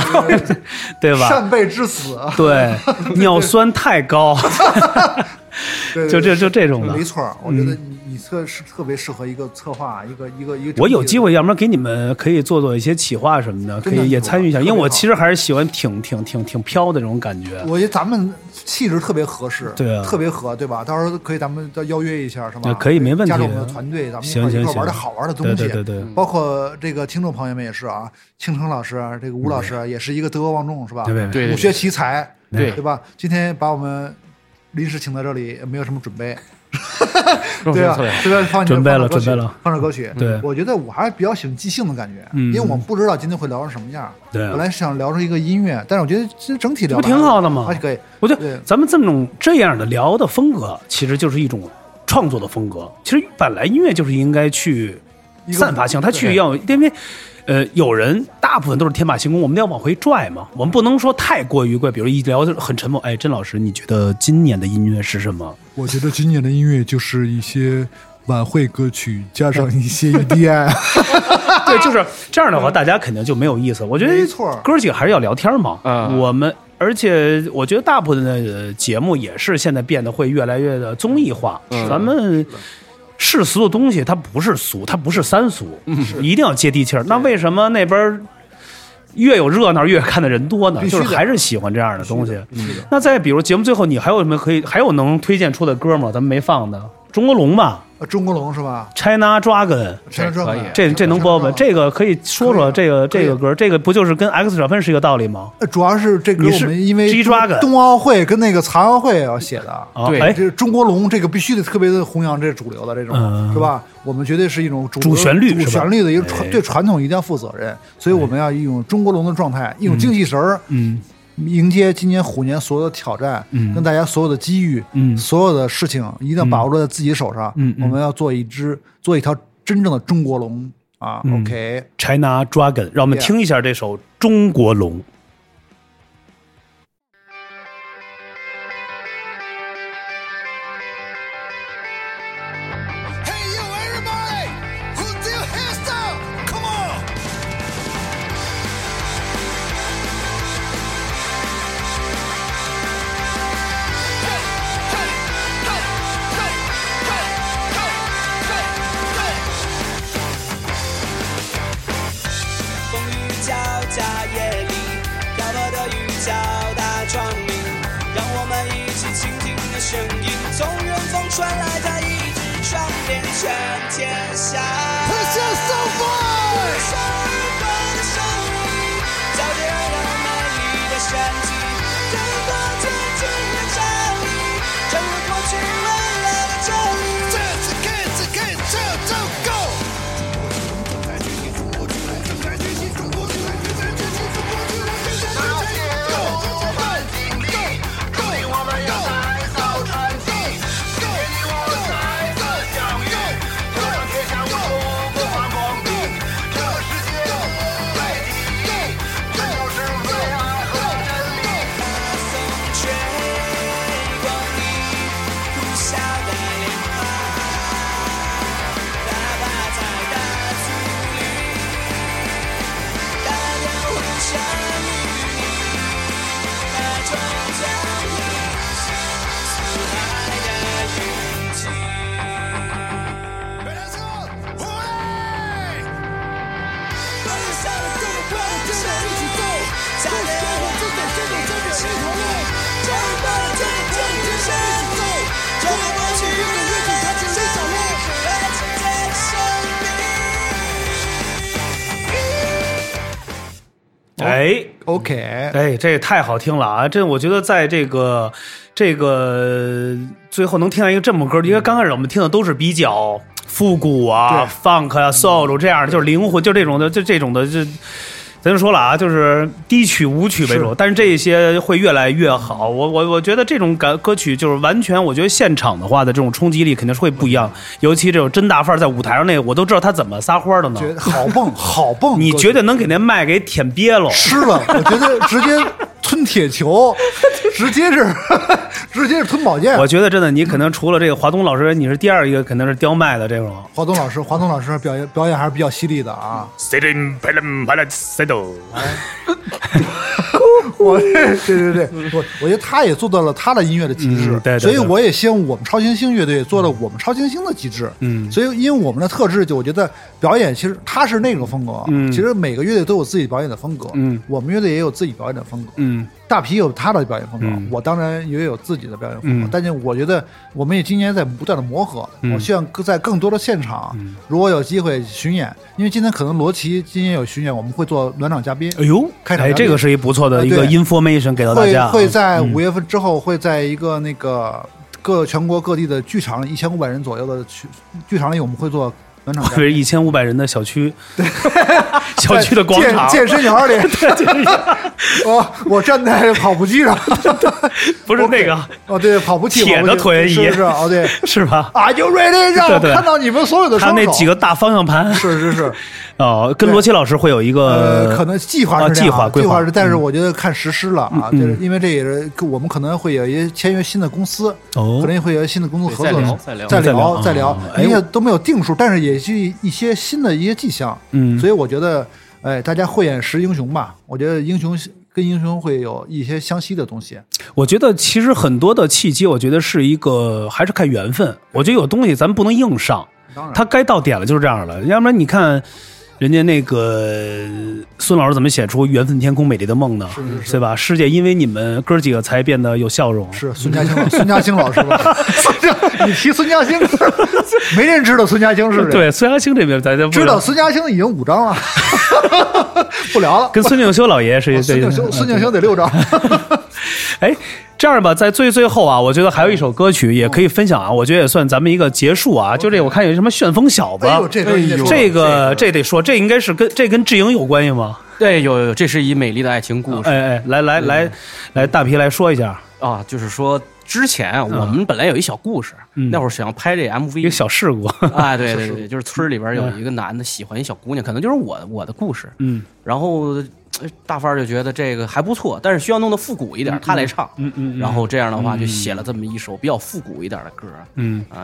[SPEAKER 1] 对吧？
[SPEAKER 2] 扇贝之死，
[SPEAKER 1] 对，尿酸太高，就
[SPEAKER 2] 对对
[SPEAKER 1] 这
[SPEAKER 2] 对
[SPEAKER 1] 就这种的嗯
[SPEAKER 2] 没。错儿。我觉得你你特是特别适合一个策划，一个一个一个。
[SPEAKER 1] 我有机。会，要不然给你们可以做做一些企划什么的，可
[SPEAKER 2] 真的
[SPEAKER 1] 以也参与一下，
[SPEAKER 2] 特
[SPEAKER 1] 因
[SPEAKER 2] 别
[SPEAKER 1] 为
[SPEAKER 2] 好
[SPEAKER 1] 我其实还是喜欢挺挺挺挺飘的这种感觉。
[SPEAKER 2] 我觉得咱们气质特别合适，
[SPEAKER 1] 对啊
[SPEAKER 2] 特别合，对吧？到时候可以咱们再邀约一下，是吧
[SPEAKER 1] 啊？可以没问题
[SPEAKER 2] 加入我们的团队，咱们一块
[SPEAKER 1] 行
[SPEAKER 2] 儿一
[SPEAKER 1] 行
[SPEAKER 2] 块儿
[SPEAKER 1] 行，
[SPEAKER 2] 玩点好玩的东西。
[SPEAKER 1] 对对对对，
[SPEAKER 2] 包括这个听众朋友们也是啊，庆成老师，啊这个吴老师也是一个德高望重，是吧？
[SPEAKER 1] 对对
[SPEAKER 3] 对对
[SPEAKER 2] 武学奇才，
[SPEAKER 3] 对
[SPEAKER 2] 对吧？今天把我们临时请到这里，也没有什么准备，
[SPEAKER 3] 那边
[SPEAKER 2] 对
[SPEAKER 3] 儿
[SPEAKER 2] 吧
[SPEAKER 3] 特别好？
[SPEAKER 2] 这边放你
[SPEAKER 1] 准备了
[SPEAKER 2] 放首歌曲
[SPEAKER 1] 准备了
[SPEAKER 2] 放首歌曲。
[SPEAKER 1] 对
[SPEAKER 2] 我觉得我还是比较喜欢即兴的感觉，
[SPEAKER 1] 嗯
[SPEAKER 2] 因为我们不知道今天会聊成什么样。
[SPEAKER 1] 对啊
[SPEAKER 2] 本来是想聊出一个音乐，但是我觉得其实整体
[SPEAKER 1] 这
[SPEAKER 2] 聊
[SPEAKER 1] 不挺好的吗
[SPEAKER 2] 还是可以。
[SPEAKER 1] 我觉
[SPEAKER 2] 对
[SPEAKER 1] 得咱们这种这样的聊的风格，其实就是一种创作的风格。其实本来音乐就是应该去
[SPEAKER 2] 一个
[SPEAKER 1] 散发性，它去要因为。呃，有人大部分都是天马行空，我们得要往回拽嘛，我们不能说太过于怪。比如一聊就很沉默，哎，甄老师，你觉得今年的音乐是什么？
[SPEAKER 5] 我觉得今年的音乐就是一些晚会歌曲，加上一些 E EDM。
[SPEAKER 1] 对，就是这样的话，大家肯定就没有意思。我觉得
[SPEAKER 2] 嗯没错
[SPEAKER 1] 哥几个还是要聊天嘛。
[SPEAKER 3] 嗯
[SPEAKER 1] 我们而且我觉得大部分的呃节目也是现在变得会越来越的综艺化。
[SPEAKER 2] 嗯
[SPEAKER 1] 咱们世俗的东西，它不是俗，它不是三俗，
[SPEAKER 2] 嗯
[SPEAKER 1] 一定要接地气儿。那为什么那边儿越有热闹越看的人多呢？
[SPEAKER 2] 必须
[SPEAKER 1] 就
[SPEAKER 2] 的
[SPEAKER 1] 是还是喜欢这样的东西。
[SPEAKER 2] 是的
[SPEAKER 1] 那再比如节目最后，你还有什么可以还有能推荐出的歌吗？咱们没放的中国龙吧
[SPEAKER 2] 呃中国龙是吧？
[SPEAKER 1] ，China Dragon。
[SPEAKER 2] 陈
[SPEAKER 3] 这
[SPEAKER 2] 专
[SPEAKER 3] 可以
[SPEAKER 2] 门
[SPEAKER 1] 这这能播吗？这个可以说
[SPEAKER 2] 可以
[SPEAKER 1] 说
[SPEAKER 2] 啊
[SPEAKER 1] 这个
[SPEAKER 2] 可以啊
[SPEAKER 1] 这个歌，这个不就是跟 X 小分是一个道理吗？
[SPEAKER 2] 呃主要是这歌
[SPEAKER 1] 你
[SPEAKER 2] 我
[SPEAKER 1] 是
[SPEAKER 2] 们因为
[SPEAKER 1] G-Dragon
[SPEAKER 2] 冬奥会跟那个残奥会要写的。
[SPEAKER 1] 啊，
[SPEAKER 3] 对
[SPEAKER 1] 哎，
[SPEAKER 2] 这中国龙这个必须得特别的弘扬这主流的这种、
[SPEAKER 1] 嗯
[SPEAKER 2] 是吧？我们绝对是一种主
[SPEAKER 1] 主旋律是吧
[SPEAKER 2] 主旋律的一个传、
[SPEAKER 1] 哎
[SPEAKER 2] 对传统一定要负责任，所以我们要一种中国龙的状态，一种精气神儿，
[SPEAKER 1] 嗯
[SPEAKER 2] 迎接今年虎年所有的挑战，
[SPEAKER 1] 嗯
[SPEAKER 2] 跟大家所有的机遇，
[SPEAKER 1] 嗯
[SPEAKER 2] 所有的事情一定要把握在自己手上，
[SPEAKER 1] 嗯嗯
[SPEAKER 2] 我们要做一只做一条真正的中国龙啊、
[SPEAKER 1] 嗯
[SPEAKER 2] o k
[SPEAKER 1] ，China Dragon，让我们
[SPEAKER 2] Yeah
[SPEAKER 1] 听一下这首《中国龙》。
[SPEAKER 4] Hey you everybody, put your hands up, come on! Hey, hey, hey, hey, hey, hey, hey, hey.
[SPEAKER 6] 风雨交加夜里，飘落的雨敲打窗棂，让我们一起倾听那声音，从远方传来，它一直传遍全天下。
[SPEAKER 4] Hey, just so far.
[SPEAKER 6] 小日本的声音，交织着美丽的旋律，走过天际的站立，穿越过去未来的真理。
[SPEAKER 4] Just kids, kids, just don't go. 天下无不放光明，
[SPEAKER 1] 哎。
[SPEAKER 2] OK，
[SPEAKER 1] 哎，这也太好听了啊！这我觉得在这个这个最后能听到一个这么歌，因为刚开始我们听的都是比较复古啊、funk 啊、soul 这样的，就是灵魂，就这种的，就这种的，就咱就说了啊，就是低曲、舞曲为主。但是这些会越来越好。我我我觉得这种感歌曲就是完全，我觉得现场的话的这种冲击力肯定是会不一样。尤其这种真大范儿在舞台上那个，我都知道他怎么撒欢的呢。
[SPEAKER 2] 觉得好 蹦，好蹦，
[SPEAKER 1] 你
[SPEAKER 2] 哥
[SPEAKER 1] 绝对能给那麦给舔憋了。
[SPEAKER 2] 吃 了，我觉得直接吞铁球，直接是 直接是吞宝 剑
[SPEAKER 1] 我。觉得真的，你可能除了这个华东老师，你是第二一个，肯定是刁麦的这种。
[SPEAKER 2] 华东老师，华东老师表演表演还是比较犀利的啊！我对对对， 我我觉得他也做到了他的音乐的极致，
[SPEAKER 1] 嗯对对
[SPEAKER 2] 所以
[SPEAKER 1] 对
[SPEAKER 2] 我也希望我们超新星乐队做到我们超新星的极致。
[SPEAKER 1] 嗯
[SPEAKER 2] 所以因为我们的特质，就我觉得表演其实他是那种风格，
[SPEAKER 1] 嗯
[SPEAKER 2] 其实每个乐队都有自己表演的风格，
[SPEAKER 1] 嗯
[SPEAKER 2] 我们乐队也有自己表演的风格，
[SPEAKER 1] 嗯
[SPEAKER 2] 大皮有他的表演风格，
[SPEAKER 1] 嗯
[SPEAKER 2] 我当然也有自己的表演风格，
[SPEAKER 1] 嗯
[SPEAKER 2] 但是我觉得我们也今年在不断的磨合，我希望在更多的现场，
[SPEAKER 1] 嗯
[SPEAKER 2] 如果有机会巡演，因为今天可能罗琦今年有巡演，我们会做暖场嘉宾，
[SPEAKER 1] 哎呦，
[SPEAKER 2] 开场
[SPEAKER 1] 哎，
[SPEAKER 2] 嘉宾
[SPEAKER 1] 这个是一不错的一个
[SPEAKER 2] 呃对
[SPEAKER 1] information 给到大
[SPEAKER 2] 会
[SPEAKER 1] 家啊。
[SPEAKER 2] 会在五月份之后，会在一个那个各全国各地的剧场里，一千五百人左右的剧剧场里，我们会做呃 暖场嘉
[SPEAKER 1] 这
[SPEAKER 2] 宾。
[SPEAKER 1] 是一千五百人的小区， 小区的广场，
[SPEAKER 2] 健健身房里， 我哦我站在跑步机上，
[SPEAKER 1] 不是那个，
[SPEAKER 2] 哦对，跑步器，
[SPEAKER 1] 铁的
[SPEAKER 2] 跑步器
[SPEAKER 1] 腿椅
[SPEAKER 2] 是不是？哦对，
[SPEAKER 1] 是吧？
[SPEAKER 2] Are you ready？让 我
[SPEAKER 1] 对对
[SPEAKER 2] 看到你们所有的
[SPEAKER 1] 他
[SPEAKER 2] 双手。
[SPEAKER 1] 那几个大方向盘
[SPEAKER 2] 是是 是，
[SPEAKER 1] 哦，跟
[SPEAKER 2] 对
[SPEAKER 1] 罗琦老师会有一个
[SPEAKER 2] 呃，可能计划
[SPEAKER 1] 啊
[SPEAKER 2] 是这样
[SPEAKER 1] 计划规
[SPEAKER 2] 计
[SPEAKER 1] 划
[SPEAKER 2] 划是，但是我觉得看实施了啊，
[SPEAKER 1] 嗯
[SPEAKER 2] 就是因为这也是我们可能会有一些签约新的公司，
[SPEAKER 1] 哦
[SPEAKER 2] 可能会有一些新的公司合作
[SPEAKER 3] 对再聊
[SPEAKER 2] 的，
[SPEAKER 3] 再聊
[SPEAKER 2] 再
[SPEAKER 1] 再聊
[SPEAKER 2] 聊再聊
[SPEAKER 1] 哦，哎
[SPEAKER 2] 因为都没有定数，但是也是一些新的一些迹象，
[SPEAKER 1] 嗯
[SPEAKER 2] 所以我觉得，哎，大家慧眼识英雄吧，我觉得英雄跟英雄会有一些相吸的东西，
[SPEAKER 1] 我觉得其实很多的契机，我觉得是一个还是看缘分。我觉得有东西咱们不能硬上
[SPEAKER 2] 当，然
[SPEAKER 1] 它该到点了就是这样了。要不然你看人家那个孙老师怎么写出“缘分天空，美丽的梦”呢？
[SPEAKER 2] 是是是
[SPEAKER 1] 对吧？世界因为你们哥几个才变得有笑容。
[SPEAKER 2] 是孙家 兴老，孙家兴老师吧？ 孙家，你提孙家兴，没人知道孙家兴是谁。
[SPEAKER 1] 对，孙亚青这边咱就不
[SPEAKER 2] 知道孙家兴已经五张了， 不聊了。
[SPEAKER 1] 跟孙敬修老爷是一
[SPEAKER 2] 哦
[SPEAKER 1] 嗯
[SPEAKER 2] 孙敬修，孙敬修得六张。
[SPEAKER 1] 哎，这样吧，在最最后啊，我觉得还有一首歌曲也可以分享啊，我觉得也算咱们一个结束啊。就这，我看有什么旋风小子
[SPEAKER 2] 哎呦，，这歌一定说
[SPEAKER 1] 这个这得说，这应该是跟这跟智英有关系吗？
[SPEAKER 3] 对，有有有，这是一美丽的爱情故事
[SPEAKER 1] 哎哎，来来来来，大皮来说一下
[SPEAKER 3] 啊，就是说之前啊我们本来有一小故事，那会儿想要拍这
[SPEAKER 1] 一个
[SPEAKER 3] MV，
[SPEAKER 1] 小事故。
[SPEAKER 3] 啊，对对对，就是村儿里边有一个男的喜欢一小姑娘，可能就是我我的故事，
[SPEAKER 1] 嗯
[SPEAKER 3] 然后呃大范儿就觉得这个还不错，但是需要弄得复古一点，他来唱，
[SPEAKER 1] 嗯嗯
[SPEAKER 3] 然后这样的话就写了这么一首比较复古一点的歌，
[SPEAKER 1] 嗯，
[SPEAKER 3] 嗯，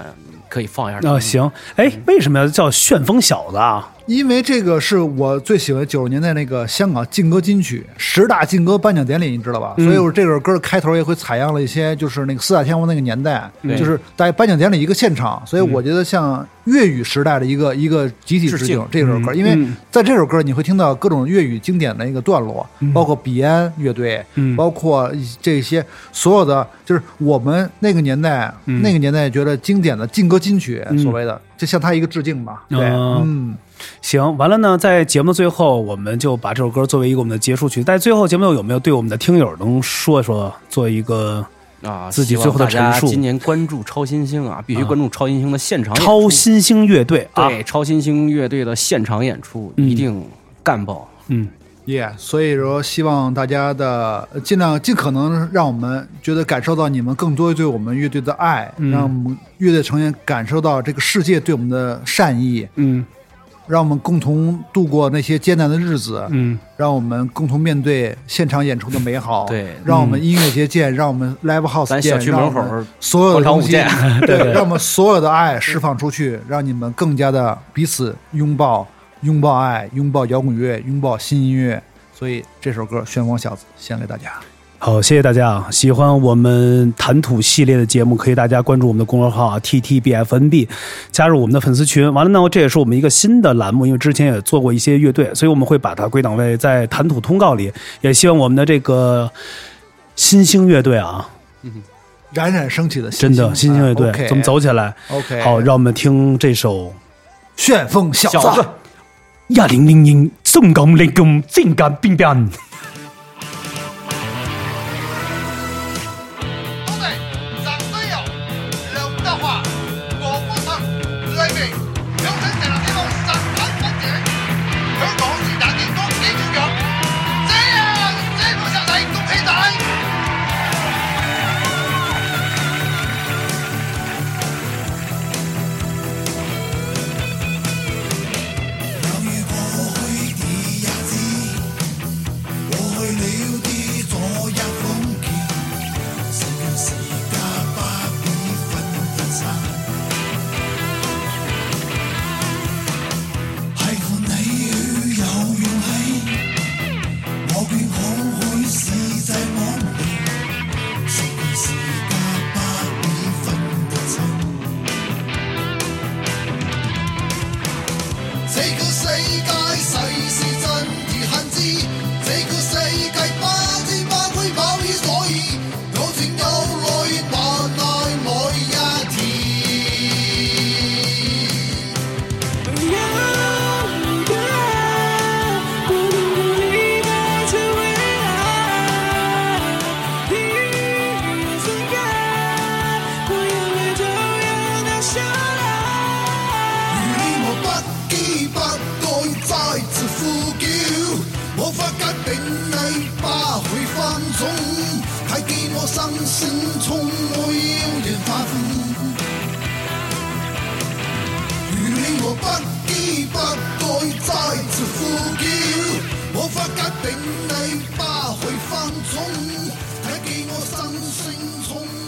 [SPEAKER 3] 可以放一下。嗯
[SPEAKER 1] 啊行，哎，为什么要叫旋风小子啊？
[SPEAKER 2] 因为这个是我最喜欢九十年代那个香港劲歌金曲十大劲歌颁奖典礼，你知道吧？所以我这首歌的开头也会采样了一些，就是那个四大天王那个年代，
[SPEAKER 3] 对
[SPEAKER 2] 就是在颁奖典礼一个现场。所以我觉得像粤语时代的一个一个集体致
[SPEAKER 3] 致敬
[SPEAKER 2] 敬这首歌，因为在这首歌你会听到各种粤语经典的一个段落，包括彼岸乐队，
[SPEAKER 1] 嗯
[SPEAKER 2] 包括这些所有的，就是我们那个年代、那个年代觉得经典的劲歌金曲，所谓的就向他一个致敬吧。对，
[SPEAKER 1] 哦
[SPEAKER 2] 嗯。
[SPEAKER 1] 行，完了呢，在节目的最后，我们就把这首歌作为一个我们的结束曲。在最后节目有没有对我们的听友能说说，做一个
[SPEAKER 3] 啊，
[SPEAKER 1] 自己
[SPEAKER 3] 希望
[SPEAKER 1] 最后的
[SPEAKER 3] 大家
[SPEAKER 1] 陈述
[SPEAKER 3] 今年关注超新星啊，必须关注超新星的现场演出
[SPEAKER 1] 超新星乐队啊？
[SPEAKER 3] 对超新星乐队的现场演出
[SPEAKER 1] 嗯
[SPEAKER 3] 一定干爆。
[SPEAKER 1] 嗯，
[SPEAKER 2] 耶所以说希望大家的呃尽量尽可能让我们觉得感受到你们更多对我们乐队的爱，
[SPEAKER 1] 嗯
[SPEAKER 2] 让我们乐队成员感受到这个世界对我们的善意，
[SPEAKER 1] 嗯
[SPEAKER 2] 让我们共同度过那些艰难的日子，
[SPEAKER 1] 嗯，
[SPEAKER 2] 让我们共同面对现场演出的美好，
[SPEAKER 3] 对
[SPEAKER 2] 让我们音乐节见，让我们 live house
[SPEAKER 3] 咱
[SPEAKER 2] 见，
[SPEAKER 3] 小区
[SPEAKER 2] 让
[SPEAKER 3] 门口
[SPEAKER 2] 我们所有的东西，
[SPEAKER 3] 广场
[SPEAKER 2] 对，让我们所有的爱释放出去，让你们更加的彼此拥抱，拥抱爱，拥抱摇滚乐，拥抱新音乐。所以这首歌《旋风小子》献给大家。
[SPEAKER 1] 好，谢谢大家啊！喜欢我们谈吐系列的节目，可以大家关注我们的公众号啊 ttbfnb，加入我们的粉丝群。完了呢，这也是我们一个新的栏目，因为之前也做过一些乐队，所以我们会把它归档为在谈吐通告里。也希望我们的这个新兴乐队啊，
[SPEAKER 2] 冉冉升起的星
[SPEAKER 1] 真的新兴乐队、啊
[SPEAKER 2] o k
[SPEAKER 1] 怎么走起来？
[SPEAKER 2] ？OK，
[SPEAKER 1] 好，让我们听这首
[SPEAKER 2] 旋风小
[SPEAKER 1] 一零零零，送港零工，性感冰冰。
[SPEAKER 4] 纵，还给我伤心痛，我有点发疯。如你和不知不覺再次呼叫，我發覺並你巴去翻涌，睇見我心聲衝。